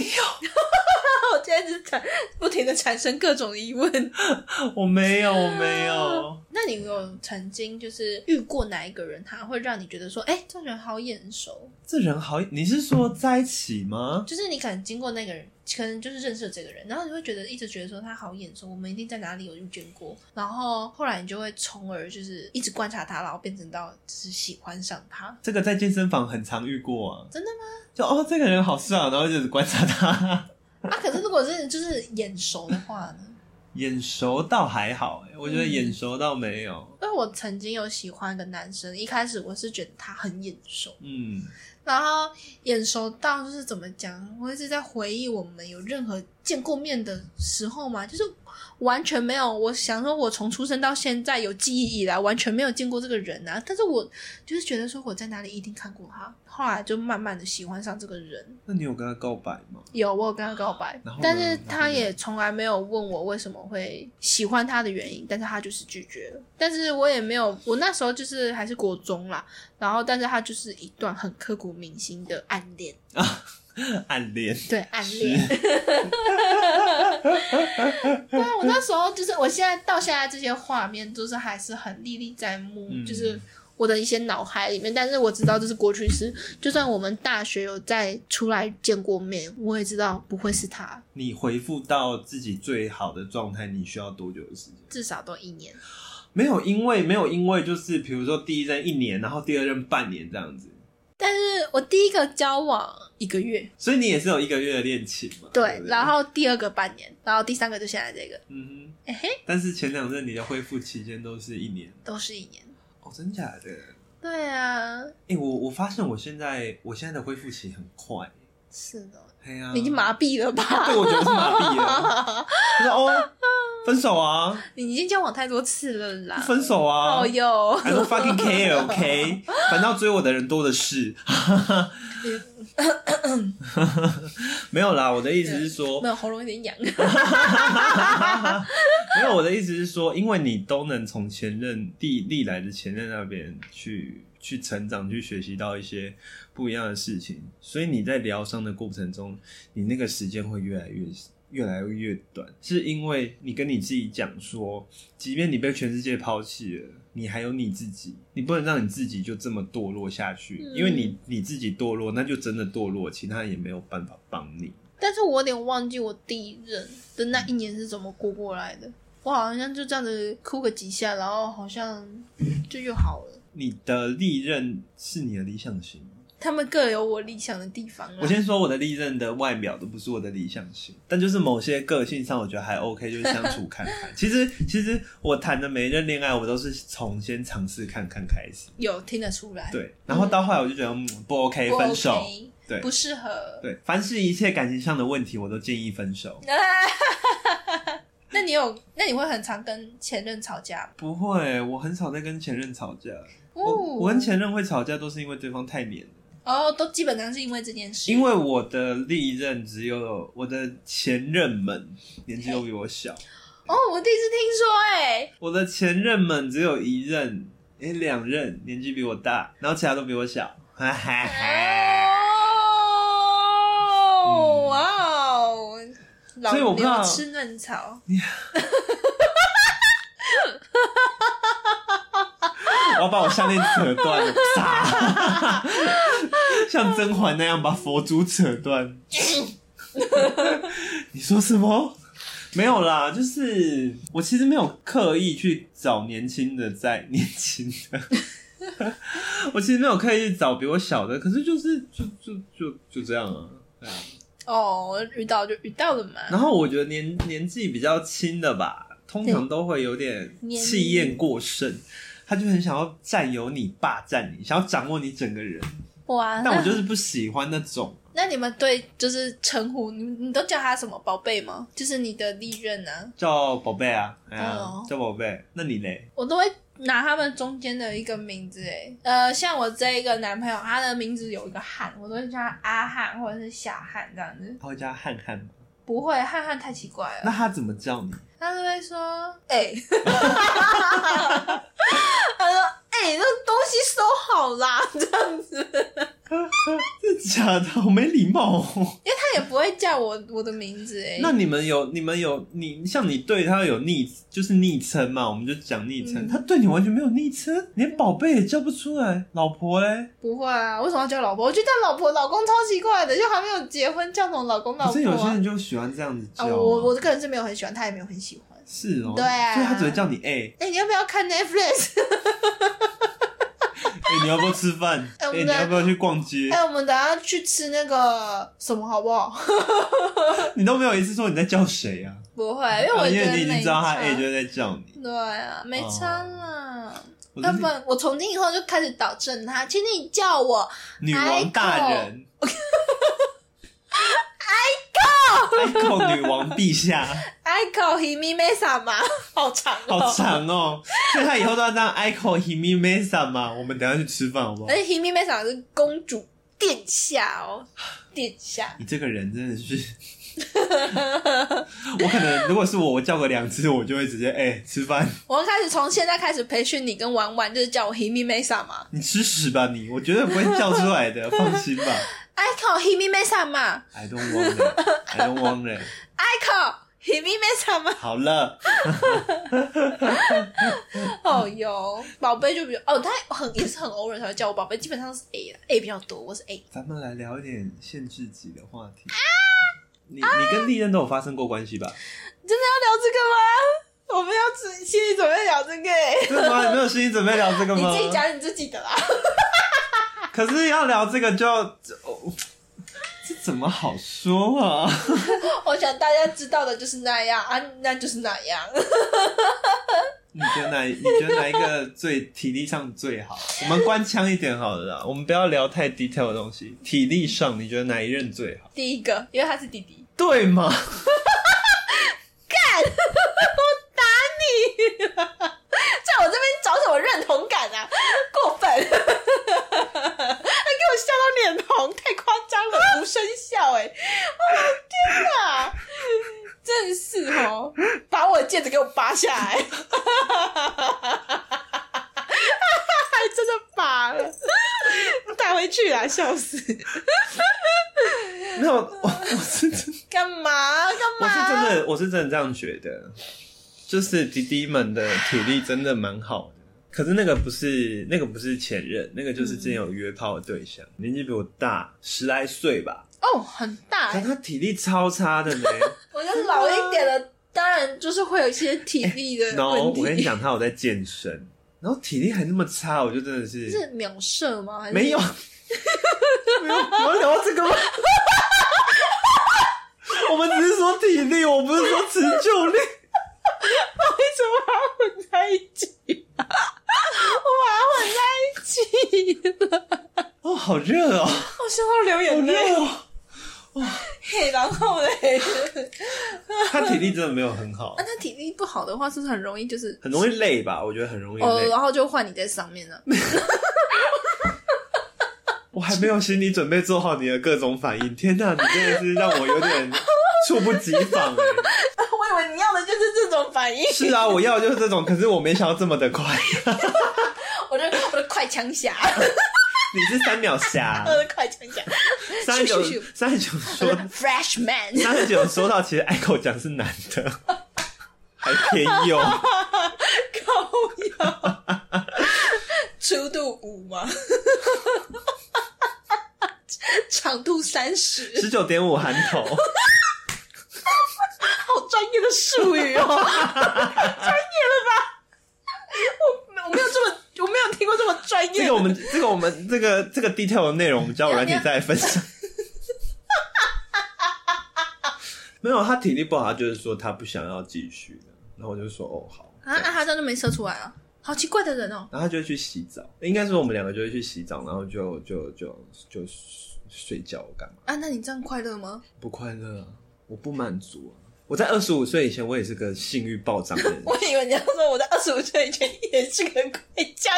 [SPEAKER 2] 我现在就是产不停的产生各种疑 问。
[SPEAKER 1] 有，我没有，我没有。
[SPEAKER 2] 那你有曾经就是遇过哪一个人，他会让你觉得说，哎、这人好眼熟？
[SPEAKER 1] 这人好，你是说在一起吗？
[SPEAKER 2] 就是你可能经过那个人，可能就是认识了这个人，然后你会觉得一直觉得说他好眼熟，我们一定在哪里有遇见过。然后后来你就会从而就是一直观察他，然后变成到就是喜欢上他。
[SPEAKER 1] 这个在健身房很常遇过啊，
[SPEAKER 2] 真的吗？
[SPEAKER 1] 就哦，这个人好帅、啊，然后就一直观察他，
[SPEAKER 2] 啊，可是如果是就是眼熟的话呢？
[SPEAKER 1] 眼熟倒还好、欸，我觉得
[SPEAKER 2] 嗯
[SPEAKER 1] 眼熟倒没有，
[SPEAKER 2] 因为我曾经有喜欢的男生，一开始我是觉得他很眼熟，
[SPEAKER 1] 嗯
[SPEAKER 2] 然后眼熟到就是怎么讲，我一直在回忆我们有任何见过面的时候嘛，就是完全没有。我想说，我从出生到现在有记忆以来，完全没有见过这个人啊。但是我就是觉得说我在哪里一定看过他，后来就慢慢的喜欢上这个人。
[SPEAKER 1] 那你有跟他告白吗？
[SPEAKER 2] 有，我有跟他告白
[SPEAKER 1] 然后，呢
[SPEAKER 2] 但是
[SPEAKER 1] 然后
[SPEAKER 2] 他
[SPEAKER 1] 呢
[SPEAKER 2] 也从来没有问我为什么会喜欢他的原因，但是他就是拒绝了。但是我也没有，我那时候就是还是国中啦，然后但是他就是一段很刻骨铭心的暗恋，
[SPEAKER 1] 暗恋，
[SPEAKER 2] 对，暗恋。 对啊，我那时候就是，我现在到现在这些画面，就是还是很历历在目，
[SPEAKER 1] 嗯
[SPEAKER 2] 就是我的一些脑海里面。但是我知道这是过去式，就算我们大学有再出来见过面，我也知道不会是他，
[SPEAKER 1] 你回复到自己最好的状态，你需要多久的时间？
[SPEAKER 2] 至少都一年。
[SPEAKER 1] 没有，因为没有，因为就是比如说第一任一年，然后第二任半年这样子，
[SPEAKER 2] 但是我第一个交往一个月，
[SPEAKER 1] 所以你也是有一个月的恋情嘛？对
[SPEAKER 2] 对
[SPEAKER 1] 不，对，
[SPEAKER 2] 然后第二个半年，然后第三个就现在这个，
[SPEAKER 1] 嗯
[SPEAKER 2] 哎嘿，
[SPEAKER 1] 哼，但是前两任你的恢复期间都是一年，
[SPEAKER 2] 都是一年。
[SPEAKER 1] 哦，真假的？
[SPEAKER 2] 对啊，
[SPEAKER 1] 哎、我我发现我现在我现在的恢复期很快，
[SPEAKER 2] 是的，
[SPEAKER 1] 哎呀、
[SPEAKER 2] 你已经麻痹了吧？
[SPEAKER 1] 对我觉得是麻痹了，我说哦，分手啊，
[SPEAKER 2] 你已经交往太多次了啦，
[SPEAKER 1] 分手啊
[SPEAKER 2] 哦，哟，
[SPEAKER 1] I don't fucking care, OK？反倒追我的人多的是。没有啦，我的意思是说
[SPEAKER 2] 没，有喉咙有点痒，
[SPEAKER 1] 没有我的意思是说，因为你都能从前任历历来的前任那边去去成长，去学习到一些不一样的事情，所以你在疗伤的过程中，你那个时间会越来越越来越短，是因为你跟你自己讲说，即便你被全世界抛弃了，你还有你自己，你不能让你自己就这么堕落下去，
[SPEAKER 2] 嗯
[SPEAKER 1] 因为你你自己堕落，那就真的堕落，其他人也没有办法帮你。
[SPEAKER 2] 但是我有点忘记我第一任的那一年是怎么过过来的。我好像就这样子哭个几下，然后好像就又好了。
[SPEAKER 1] 你的历任是你的理想型吗，
[SPEAKER 2] 他们各有我理想的地方啊。
[SPEAKER 1] 我先说我的历任的外表都不是我的理想型，但就是某些个性上我觉得还 OK，就是相处看 看。其实其实我谈的每一任恋爱，我都是从先尝试看看开始，
[SPEAKER 2] 有听得出来，
[SPEAKER 1] 对，然后到后来我就觉得、嗯、不 OK，
[SPEAKER 2] 不 OK，
[SPEAKER 1] 分手。对
[SPEAKER 2] 不适合。
[SPEAKER 1] 对，凡是一切感情上的问题，我都建议分手。
[SPEAKER 2] 那你有，那你会很常跟前任吵架吗？
[SPEAKER 1] 不会，我很少在跟前任吵架。
[SPEAKER 2] 哦
[SPEAKER 1] 我我跟前任会吵架，都是因为对方太黏了。
[SPEAKER 2] 哦，都基本上是因为这件事。
[SPEAKER 1] 因为我的历任只有我的前任们年纪都比我小，
[SPEAKER 2] 哦，我第一次听 说、哎，
[SPEAKER 1] 我的前任们只有一任，诶，两任年纪比我大，然后其他都比我小。 哈哈哈。
[SPEAKER 2] 哦，
[SPEAKER 1] 嗯
[SPEAKER 2] 哇哦，老
[SPEAKER 1] 所以我不知道
[SPEAKER 2] 牛吃嫩草，
[SPEAKER 1] 我要把我项链扯断 了，啪像甄嬛那样把佛珠扯断。 你说什么？没有啦，就是我其实没有刻意去找年轻的在年轻的， 我其实没有刻意去找比我小的，可是就是就就就就这样啊。对啊
[SPEAKER 2] 哦，遇到就遇到了 嘛。
[SPEAKER 1] 然后我觉得年年纪比较轻的吧，通常都会有点
[SPEAKER 2] 黏腻
[SPEAKER 1] 气焰过盛，他就很想要占有你、霸占你，想要掌握你整个 人。
[SPEAKER 2] 哇，
[SPEAKER 1] 但我就
[SPEAKER 2] 那
[SPEAKER 1] 是不喜欢那种，
[SPEAKER 2] 那你们对就是称呼，你你都叫他什么宝贝吗？就是你的利刃啊，
[SPEAKER 1] 叫宝贝啊，哎呀、
[SPEAKER 2] 哦
[SPEAKER 1] 叫宝贝。那你嘞？
[SPEAKER 2] 我都会拿他们中间的一个名字、哎，呃，像我这一个男朋友，他的名字有一个汉，我都会叫他阿汉或者是小汉这样子。
[SPEAKER 1] 他会叫汉汉吗？
[SPEAKER 2] 不会，汉汉太奇怪
[SPEAKER 1] 那
[SPEAKER 2] 了，
[SPEAKER 1] 他怎么叫你？
[SPEAKER 2] 他就会说，哎、他说，哎、那东西收好啦，这样子。
[SPEAKER 1] 真的假的？好没礼貌哦。
[SPEAKER 2] 他也不会叫我我的名字、哎，
[SPEAKER 1] 那你们有你们有你像你对他有昵就是昵称嘛，我们就讲昵称。
[SPEAKER 2] 嗯
[SPEAKER 1] 他对你完全没有昵称，连宝贝也叫不出来，老婆嘞？
[SPEAKER 2] 不会啊，为什么要叫老婆？我觉得叫老婆老公超奇怪的，就还没有结婚叫什么老公老
[SPEAKER 1] 可是
[SPEAKER 2] 婆
[SPEAKER 1] 有些
[SPEAKER 2] 啊、
[SPEAKER 1] 人就喜欢这样子叫、
[SPEAKER 2] 啊我我个人是没有很喜欢，他也没有很喜欢。
[SPEAKER 1] 是哦，
[SPEAKER 2] 对啊
[SPEAKER 1] 所以他只会叫你哎、
[SPEAKER 2] 哎、你要不要看 Netflix？
[SPEAKER 1] 哎、你要不要吃饭？
[SPEAKER 2] 哎
[SPEAKER 1] 哎、
[SPEAKER 2] 我们
[SPEAKER 1] 你
[SPEAKER 2] 在
[SPEAKER 1] 要不要去逛街
[SPEAKER 2] 哎、？我们等下去吃那个什么好不好？
[SPEAKER 1] 你都没有一次说你在叫谁啊？
[SPEAKER 2] 不会，因为
[SPEAKER 1] 啊
[SPEAKER 2] 哎我
[SPEAKER 1] 因
[SPEAKER 2] 觉得
[SPEAKER 1] 为你已经
[SPEAKER 2] 没
[SPEAKER 1] 知道他
[SPEAKER 2] 差
[SPEAKER 1] A 就在叫你。
[SPEAKER 2] 对啊，没差啦。
[SPEAKER 1] 我
[SPEAKER 2] 要
[SPEAKER 1] 真
[SPEAKER 2] 不
[SPEAKER 1] 是
[SPEAKER 2] 然我从今以后就开始导正他，请你叫我
[SPEAKER 1] 女王大人。Echo 女王陛下，
[SPEAKER 2] Echo Himi Mesa 嘛，好长 哦。
[SPEAKER 1] 好 长哦，所以他以后都要当 Echo Himi Mesa 嘛。我们等一下去吃饭好不好
[SPEAKER 2] 而？且 Himi Mesa 哎是公主殿下哦，殿下。
[SPEAKER 1] 你这个人真的是， 我可能如果是我，我叫个两次，我就会直接哎、吃饭，
[SPEAKER 2] 我要开始从现在开始培训你跟玩玩，就是叫我 Himi Mesa 嘛
[SPEAKER 1] 你吃屎吧你，我绝对不会叫出来 的，放心吧。
[SPEAKER 2] ，Echo Himi Mesa 嘛
[SPEAKER 1] I don't want it, I don't want it。
[SPEAKER 2] ，Echo Himi Mesa 嘛。
[SPEAKER 1] 好了，
[SPEAKER 2] 哦哟，宝贝就比较哦，他很也是很偶尔才会叫我宝贝，基本上是 A 啦，A 比较多，我是 A。
[SPEAKER 1] 咱们来聊一点限制级的话
[SPEAKER 2] 啊
[SPEAKER 1] 题。你你跟利刃都有发生过关系吧？
[SPEAKER 2] 要聊这个吗？ 我们要只心里准备聊这个、欸，
[SPEAKER 1] 真的吗？你没有心理准备聊这个
[SPEAKER 2] 你
[SPEAKER 1] 吗
[SPEAKER 2] 自？己讲你自己的啦。
[SPEAKER 1] 可是要聊这个就要，这哦这怎么好说啊？
[SPEAKER 2] 我想大家知道的就是那样啊，那就是那样。
[SPEAKER 1] 你觉得哪？你觉得哪一个最体力上最好？我们官腔一点好了啦，我们不要聊太 detail 的东西。体力上，你觉得哪一任最好？
[SPEAKER 2] 第一个，因为他是弟弟，
[SPEAKER 1] 对吗？
[SPEAKER 2] 在我这边找什么认同感啊？过分！ 还给我笑到脸红，太夸张了，无声笑哎、我的天哪！真是哦， 把我的戒指给我拔下来， 还真的拔了，带回去啦，笑死！
[SPEAKER 1] 没有，我我是真，
[SPEAKER 2] 干嘛干嘛？
[SPEAKER 1] 我是真真的，我是真的这样觉得，就是弟弟们的体力真的蛮好的。可是那个不是那个不是前任，那个就是之前有约炮的对象，年纪比我大十来岁吧，
[SPEAKER 2] 哦，很大、
[SPEAKER 1] 但他体力超差 的呢。
[SPEAKER 2] 我觉得老一点的，当然就是会有一些体 力的
[SPEAKER 1] 哎然后
[SPEAKER 2] 问题。
[SPEAKER 1] 我跟你讲，他有在健身，然后体力还那么差，我就真的是
[SPEAKER 2] 是秒射吗？还是
[SPEAKER 1] 没有，没有，我聊到这个吗？ 我们只是说体力，我不是说持久力。
[SPEAKER 2] 为什么要混在一起、啊？我把它混在一起了，
[SPEAKER 1] 哦，好热哦，好
[SPEAKER 2] 我笑到流眼泪。
[SPEAKER 1] 热哦！
[SPEAKER 2] 嘿，然后嘞，
[SPEAKER 1] 他体力真的没有很好
[SPEAKER 2] 那、，他体力不好的话，是不是很容易就是
[SPEAKER 1] 很容易累吧？我觉得很容易
[SPEAKER 2] 哦，
[SPEAKER 1] 累
[SPEAKER 2] 然。后就换你在上面 了？
[SPEAKER 1] 我还没有心理准备做好你的各种反应。天哪，你真的是让我有点猝不及防哎。
[SPEAKER 2] 我以为你要的就是这种反应，
[SPEAKER 1] 是啊，我要的就是这种，可是我没想到这么的快。
[SPEAKER 2] 我的我的快枪 侠，
[SPEAKER 1] 你是三秒侠
[SPEAKER 2] 我，的快枪侠，
[SPEAKER 1] 三十九
[SPEAKER 2] 咻咻咻
[SPEAKER 1] 三十九
[SPEAKER 2] 我
[SPEAKER 1] 说
[SPEAKER 2] 的 fresh man。
[SPEAKER 1] 三十九说到，其实爱口讲是男的，还偏右，
[SPEAKER 2] 高腰， 粗度五 吗？长度三十，
[SPEAKER 1] 十九点五含头，
[SPEAKER 2] 好专业的术 语哦，专业了吧？我我没有这么我没有听过这么专业的。
[SPEAKER 1] 这个我们这个我们这个这个 detail 的内容，我们交友软体再来分享。没有，他体力不好，他就是说他不想要继续了。然后我就说哦好，
[SPEAKER 2] 啊啊，他真的没射出来啊，好奇怪的人哦。
[SPEAKER 1] 然后他就会去洗澡，应该是我们两个就会去洗澡，然后就就就就睡觉干嘛？
[SPEAKER 2] 啊，那你这样快乐吗？
[SPEAKER 1] 不快乐啊，我不满足啊！我在二十五岁以前，我也是个性欲暴涨的人，
[SPEAKER 2] 我以为你要说我在二十五岁以前也是个快枪，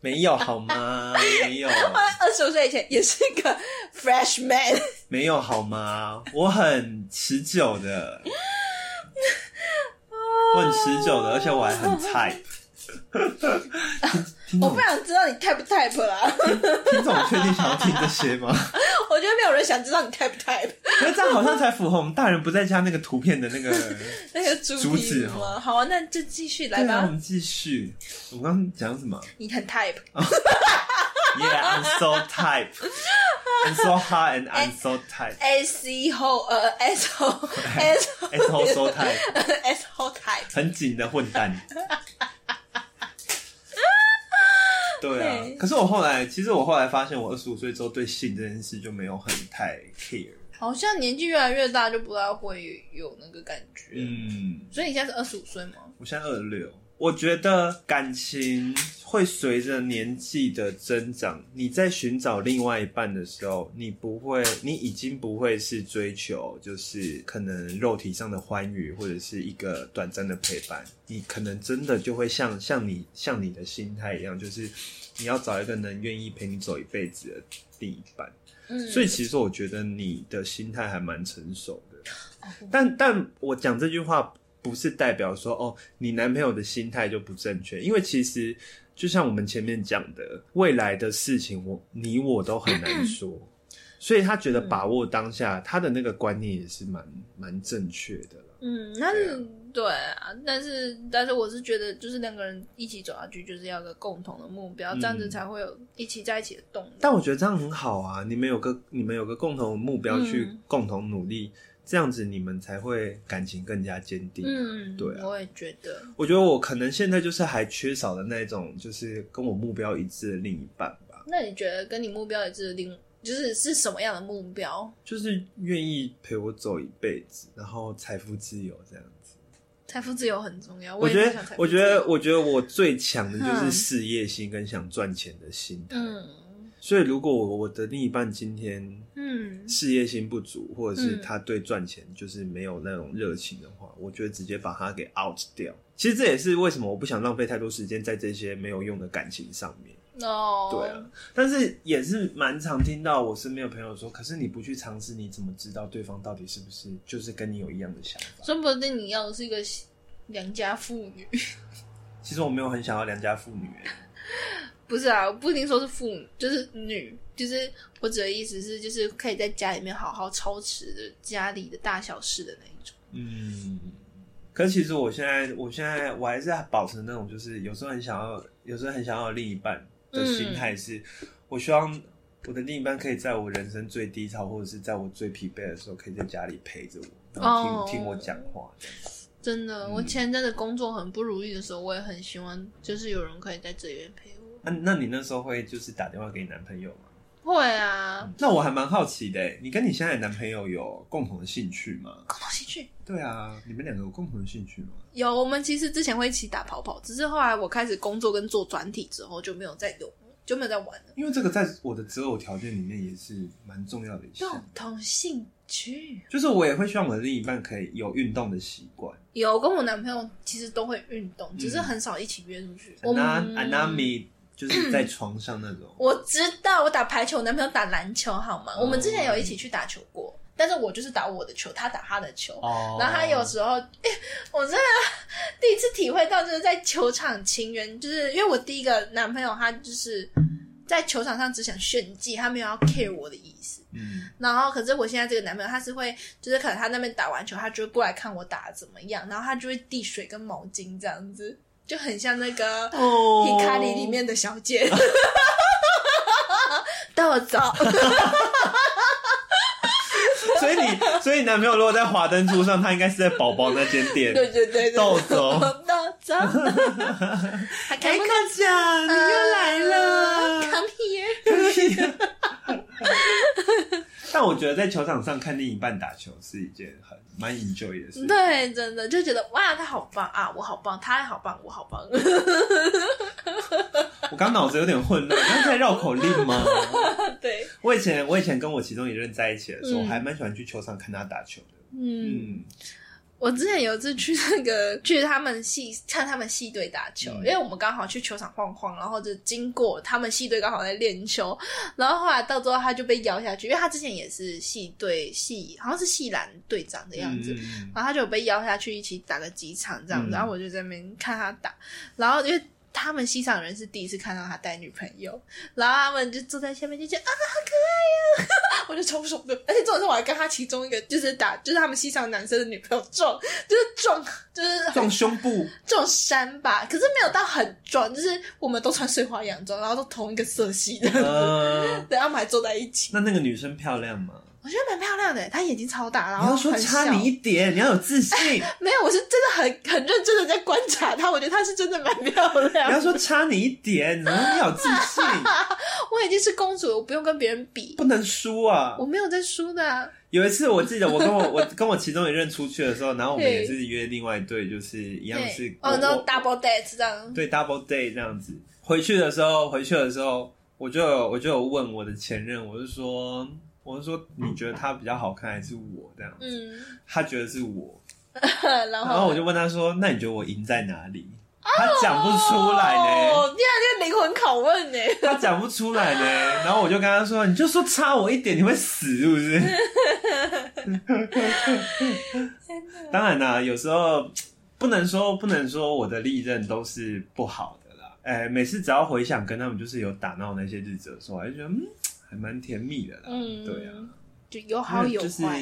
[SPEAKER 1] 没有好吗？没有。
[SPEAKER 2] 二十五岁以前也是个 fresh man。
[SPEAKER 1] 没有好吗？我很持久 的，我很持久的，而且我还很 菜。听
[SPEAKER 2] 我
[SPEAKER 1] 懂
[SPEAKER 2] 不想知道你 type 不 type 啊啦。
[SPEAKER 1] 听懂，确定想要听这些 吗？
[SPEAKER 2] 我觉得没有人想知道你 type 不 type
[SPEAKER 1] 可是这样好像才符合我们大人不在家那个图片的那个。
[SPEAKER 2] 那个主
[SPEAKER 1] 主
[SPEAKER 2] 题
[SPEAKER 1] 旨
[SPEAKER 2] 吗？好啊，那就继续来
[SPEAKER 1] 对啊，我
[SPEAKER 2] 吧。
[SPEAKER 1] 们继续。我们刚刚讲什么
[SPEAKER 2] 你很 type，
[SPEAKER 1] ？Yeah, I'm so type, I'm so hot and I'm so type,
[SPEAKER 2] S C 后呃 S 后 S 后
[SPEAKER 1] and also type，
[SPEAKER 2] S 后 type。
[SPEAKER 1] 很紧的混蛋。啊对啊
[SPEAKER 2] 对，
[SPEAKER 1] 可是我后来，其实我后来发现，我二十五岁之后对性这件事就没有很太 care。
[SPEAKER 2] 好像年纪越来越大，就不大会有那个感觉。
[SPEAKER 1] 嗯，
[SPEAKER 2] 所以你现在是二十五岁吗？
[SPEAKER 1] 我现在二六，我觉得感情会随着年纪的增长，你在寻找另外一半的时候，你不会，你已经不会是追求就是可能肉体上的欢愉，或者是一个短暂的陪伴，你可能真的就会像像你像你的心态一样，就是你要找一个能愿意陪你走一辈子的另一半。
[SPEAKER 2] 嗯，
[SPEAKER 1] 所以其实我觉得你的心态还蛮成熟的，
[SPEAKER 2] 哦
[SPEAKER 1] 但但我讲这句话不是代表说哦，你男朋友的心态就不正确，因为其实就像我们前面讲的，未来的事情我你我都很难说，
[SPEAKER 2] 嗯
[SPEAKER 1] 所以他觉得把握当下，他的那个观念也是蛮蛮正确的啦。
[SPEAKER 2] 嗯，那是对啊，但是但是我是觉得，就是两个人一起走下去，就是要有个共同的目标，
[SPEAKER 1] 嗯
[SPEAKER 2] 这样子才会有一起在一起的动力。
[SPEAKER 1] 但我觉得这样很好啊，你们有个你们有个共同的目标去
[SPEAKER 2] 嗯
[SPEAKER 1] 共同努力，这样子你们才会感情更加坚定。
[SPEAKER 2] 嗯，
[SPEAKER 1] 对啊
[SPEAKER 2] 我也觉得，
[SPEAKER 1] 我觉得我可能现在就是还缺少的那种，就是跟我目标一致的另一半吧，
[SPEAKER 2] 那你觉得跟你目标一致的另，就是是什么样的目标？
[SPEAKER 1] 就是愿意陪我走一辈子，然后财富自由这样子。
[SPEAKER 2] 财富自由很重要。
[SPEAKER 1] 我
[SPEAKER 2] 也
[SPEAKER 1] 觉
[SPEAKER 2] 很想财
[SPEAKER 1] 得，
[SPEAKER 2] 富
[SPEAKER 1] 我
[SPEAKER 2] 自
[SPEAKER 1] 觉
[SPEAKER 2] 由
[SPEAKER 1] 得，，我觉得我最强的就是
[SPEAKER 2] 嗯
[SPEAKER 1] 事业心跟想赚钱的心态。
[SPEAKER 2] 嗯
[SPEAKER 1] 所以，如果我我的另一半今天
[SPEAKER 2] 嗯，
[SPEAKER 1] 事业心不足，或者是
[SPEAKER 2] 嗯
[SPEAKER 1] 他对赚钱就是没有那种热情的话，我觉得直接把他给 out 掉。其实这也是为什么我不想浪费太多时间在这些没有用的感情上面。
[SPEAKER 2] 哦，
[SPEAKER 1] 对啊，但是也是蛮常听到我身边的朋友说，可是你不去尝试，你怎么知道对方到底是不是就是跟你有一样的想法？
[SPEAKER 2] 说不定你要的是一个良家妇女，
[SPEAKER 1] 其实我没有很想要良家妇女、欸，
[SPEAKER 2] 不是啊，我不一定说是妇女，就是女，就是我指的意思是，就是可以在家里面好好操持的家里的大小事的那一种。
[SPEAKER 1] 嗯，可是其实我现在，我现在我还是保持那种，就是有时候很想要，有时候很想要有另一半的心态是，我希望我的另一半可以在我人生最低潮，或者是在我最疲惫的时候，可以在家里陪着我，然后听、
[SPEAKER 2] 哦
[SPEAKER 1] 听我讲话这样子。
[SPEAKER 2] 真的，我
[SPEAKER 1] 嗯
[SPEAKER 2] 前阵子工作很不如意的时候，我也很希望就是有人可以在这边陪我。
[SPEAKER 1] 那、那你那时候会就是打电话给你男朋友吗？
[SPEAKER 2] 会啊，
[SPEAKER 1] 那我还蛮好奇的欸，你跟你现在的男朋友有共同的兴趣吗？
[SPEAKER 2] 共同兴趣
[SPEAKER 1] 对啊，你们两个有共同的兴趣吗？
[SPEAKER 2] 有。我们其实之前会一起打跑跑，只是后来我开始工作跟做专题之后就没有再有，就没有再玩了。
[SPEAKER 1] 因为这个在我的择偶条件里面也是蛮重要的一项
[SPEAKER 2] 共，同兴趣
[SPEAKER 1] 就是我也会希望我的另一半可以有运动的习惯。
[SPEAKER 2] 有，跟我男朋友其实都会运动，只是很少一起约出去。我
[SPEAKER 1] 那
[SPEAKER 2] 们
[SPEAKER 1] 安娜米就是 在床上那种，
[SPEAKER 2] 我知道，我打排球，我男朋友打篮球，好吗？我们之前有一起去打球过，但是我就是打我的球，他打他的球。
[SPEAKER 1] 哦
[SPEAKER 2] 然后他有时候，欸我真的第一次体会到，就是在球场情缘，就是因为我第一个男朋友他就是在球场上只想炫技，他没有要 care 我的意思。
[SPEAKER 1] 嗯
[SPEAKER 2] 然后，可是我现在这个男朋友，他是会，就是可能他那边打完球，他就会过来看我打得怎么样，然后他就会递水跟毛巾这样子，就很像那个
[SPEAKER 1] 哦
[SPEAKER 2] 皮卡里里面的小姐，豆枣，
[SPEAKER 1] 所以你所以你男朋友如果在华灯初上，他应该是在宝宝那间店
[SPEAKER 2] 对对对对，
[SPEAKER 1] 豆总。
[SPEAKER 2] 豆枣，还看
[SPEAKER 1] 哎，
[SPEAKER 2] 不
[SPEAKER 1] 克酱，你又来了。
[SPEAKER 2] ，Come here，
[SPEAKER 1] 但我觉得在球场上看另一半打球是一件很蛮 enjoy 的事。
[SPEAKER 2] 对，真的就觉得哇，他好棒啊，我好棒，他也好棒，我好棒，
[SPEAKER 1] 我刚脑子有点混乱，刚才绕口令 吗？
[SPEAKER 2] 对，
[SPEAKER 1] 我以前我以前跟我其中一任在一起的时候，
[SPEAKER 2] 嗯
[SPEAKER 1] 我还蛮喜欢去球场看他打球的。
[SPEAKER 2] 嗯。
[SPEAKER 1] 嗯，
[SPEAKER 2] 我之前有一次去那个去他们系看他们系队打球，
[SPEAKER 1] 嗯
[SPEAKER 2] 因为我们刚好去球场晃晃，然后就经过他们系队刚好在练球，然后后来到最后他就被摇下去，因为他之前也是系队系好像是系篮队长的样子。
[SPEAKER 1] 嗯。嗯嗯
[SPEAKER 2] 然后他就有被邀下去一起打个几场这样子，
[SPEAKER 1] 嗯
[SPEAKER 2] 然后我就在那边看他打，然后因为他们西场人是第一次看到他带女朋友，然后他们就坐在下面就觉得啊好可爱呀、啊 我就超爽的，而且重点是我还跟他其中一个就是打就是他们西场男生的女朋友撞，就是撞就是
[SPEAKER 1] 撞胸 部，
[SPEAKER 2] 撞衫吧，可是没有到很撞，就是我们都穿碎花洋装，然后都同一个色系的，
[SPEAKER 1] 呃，
[SPEAKER 2] 对，他们还坐在一起，
[SPEAKER 1] 那那个女生漂亮吗？
[SPEAKER 2] 我觉得蛮漂亮的，她眼睛超大，然
[SPEAKER 1] 你
[SPEAKER 2] 后
[SPEAKER 1] 要说
[SPEAKER 2] 很
[SPEAKER 1] 差
[SPEAKER 2] 小
[SPEAKER 1] 你一点，你要有自 信。你
[SPEAKER 2] 没有，我是真的很很认真的在观察她，我觉得她是真的蛮漂亮
[SPEAKER 1] 要
[SPEAKER 2] 的。
[SPEAKER 1] 说差你一点，然后你要有自 信，
[SPEAKER 2] 我已经是公主了，我不用跟别人比，
[SPEAKER 1] 不能输啊
[SPEAKER 2] 我！没有在输的、啊。
[SPEAKER 1] 有一次我记得我跟 我我跟我其中一任出去的时候，然后我们
[SPEAKER 2] 对
[SPEAKER 1] 也是约另外一对，就是一样是
[SPEAKER 2] 对，哦，那种
[SPEAKER 1] 我
[SPEAKER 2] double date 这样。
[SPEAKER 1] 对 double day 这样子。回去的时候，回去的时候，我就有我就有问我的前任，我就说，我就说你觉得他比较好看还是我这样？
[SPEAKER 2] 嗯，
[SPEAKER 1] 他觉得是我，
[SPEAKER 2] 然后哦
[SPEAKER 1] 然后我就问他说，那你觉得我赢在哪里？他讲不出来呢。
[SPEAKER 2] 哦，第二天灵魂拷问呢、
[SPEAKER 1] 他讲不出来 呢，然后我就跟他说：“你就说差我一点，你会死是不是？” 当然啦，有时候不能说不能说我的历任都是不好的啦。哎、每次只要回想跟他们就是有打闹那些日子的时候，我还是觉得嗯，还蛮甜蜜的啦。
[SPEAKER 2] 嗯，
[SPEAKER 1] 对啊，，
[SPEAKER 2] 就有好有
[SPEAKER 1] 就是
[SPEAKER 2] 坏。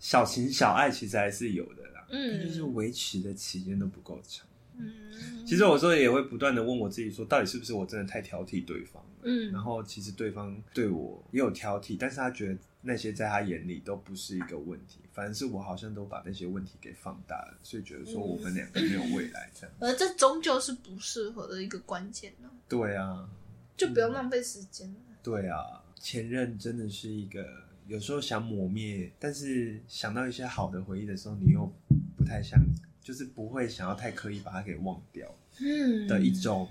[SPEAKER 1] 小情小爱其实还是有的啦，
[SPEAKER 2] 嗯
[SPEAKER 1] 但就是维持的期间都不够长。
[SPEAKER 2] 嗯，
[SPEAKER 1] 其实我有时候也会不断的问我自己说，到底是不是我真的太挑剔对方了？
[SPEAKER 2] 嗯
[SPEAKER 1] 然后其实对方对我也有挑剔，但是他觉得那些在他眼里都不是一个问题，反正是我好像都把那些问题给放大了，所以觉得说我们两个没有
[SPEAKER 2] 嗯
[SPEAKER 1] 未来这样。
[SPEAKER 2] 而这终究是不适合的一个关键呢、
[SPEAKER 1] 对啊，
[SPEAKER 2] 就不要浪费时间了。
[SPEAKER 1] 对啊，前任真的是一个有时候想抹灭，但是想到一些好的回忆的时候，你又不太想，就是不会想要太刻意把它给忘掉
[SPEAKER 2] 嗯
[SPEAKER 1] 的一种。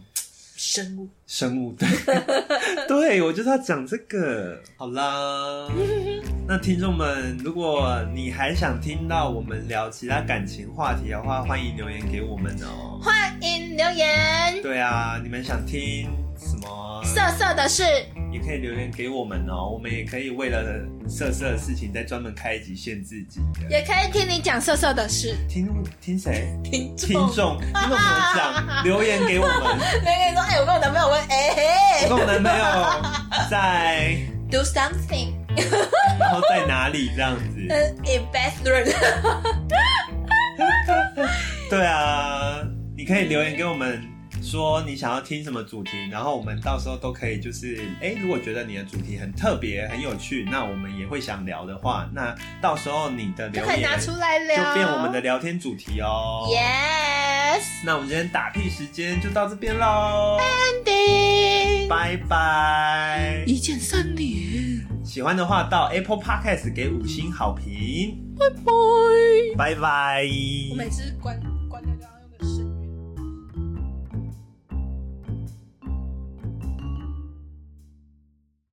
[SPEAKER 2] 生物。
[SPEAKER 1] 生物对， 对我就是要讲这个。好啦， 那听众们，如果你还想听到我们聊其他感情话题的话，欢迎留言给我们哦、
[SPEAKER 2] 欢迎留言，
[SPEAKER 1] 对啊，你们想听什么，
[SPEAKER 2] 色色的事，
[SPEAKER 1] 也可以留言给我们哦、我们也可以为了色色的事情再专门开一集限制级的。
[SPEAKER 2] 也可以听你讲色色的事。
[SPEAKER 1] 听听谁？
[SPEAKER 2] 听
[SPEAKER 1] 听众
[SPEAKER 2] 众，
[SPEAKER 1] 听众怎么 讲？留言给我们。
[SPEAKER 2] 每个人说：“哎、我跟我男朋友问，哎、嘿
[SPEAKER 1] 我跟我男朋友在，
[SPEAKER 2] d o something 呃
[SPEAKER 1] 然后在哪里这样子？
[SPEAKER 2] in bathroom。”
[SPEAKER 1] 对啊，你可以留言给我们说你想要听什么主题，然后我们到时候都可以就是，哎、如果觉得你的主题很特别、很有趣，那我们也会想聊的话，那到时候你的
[SPEAKER 2] 就
[SPEAKER 1] 留
[SPEAKER 2] 可以
[SPEAKER 1] 言
[SPEAKER 2] 拿出啊来
[SPEAKER 1] 就
[SPEAKER 2] 聊，
[SPEAKER 1] 变我们的聊天主题哦。
[SPEAKER 2] yes
[SPEAKER 1] 那我们今天打屁时间就到这边喽，
[SPEAKER 2] ending，
[SPEAKER 1] 拜拜！
[SPEAKER 2] 一键三连，
[SPEAKER 1] 喜欢的话到 Apple Podcast 给五星好评，
[SPEAKER 2] 拜拜。
[SPEAKER 1] 拜拜！
[SPEAKER 2] 我每次关。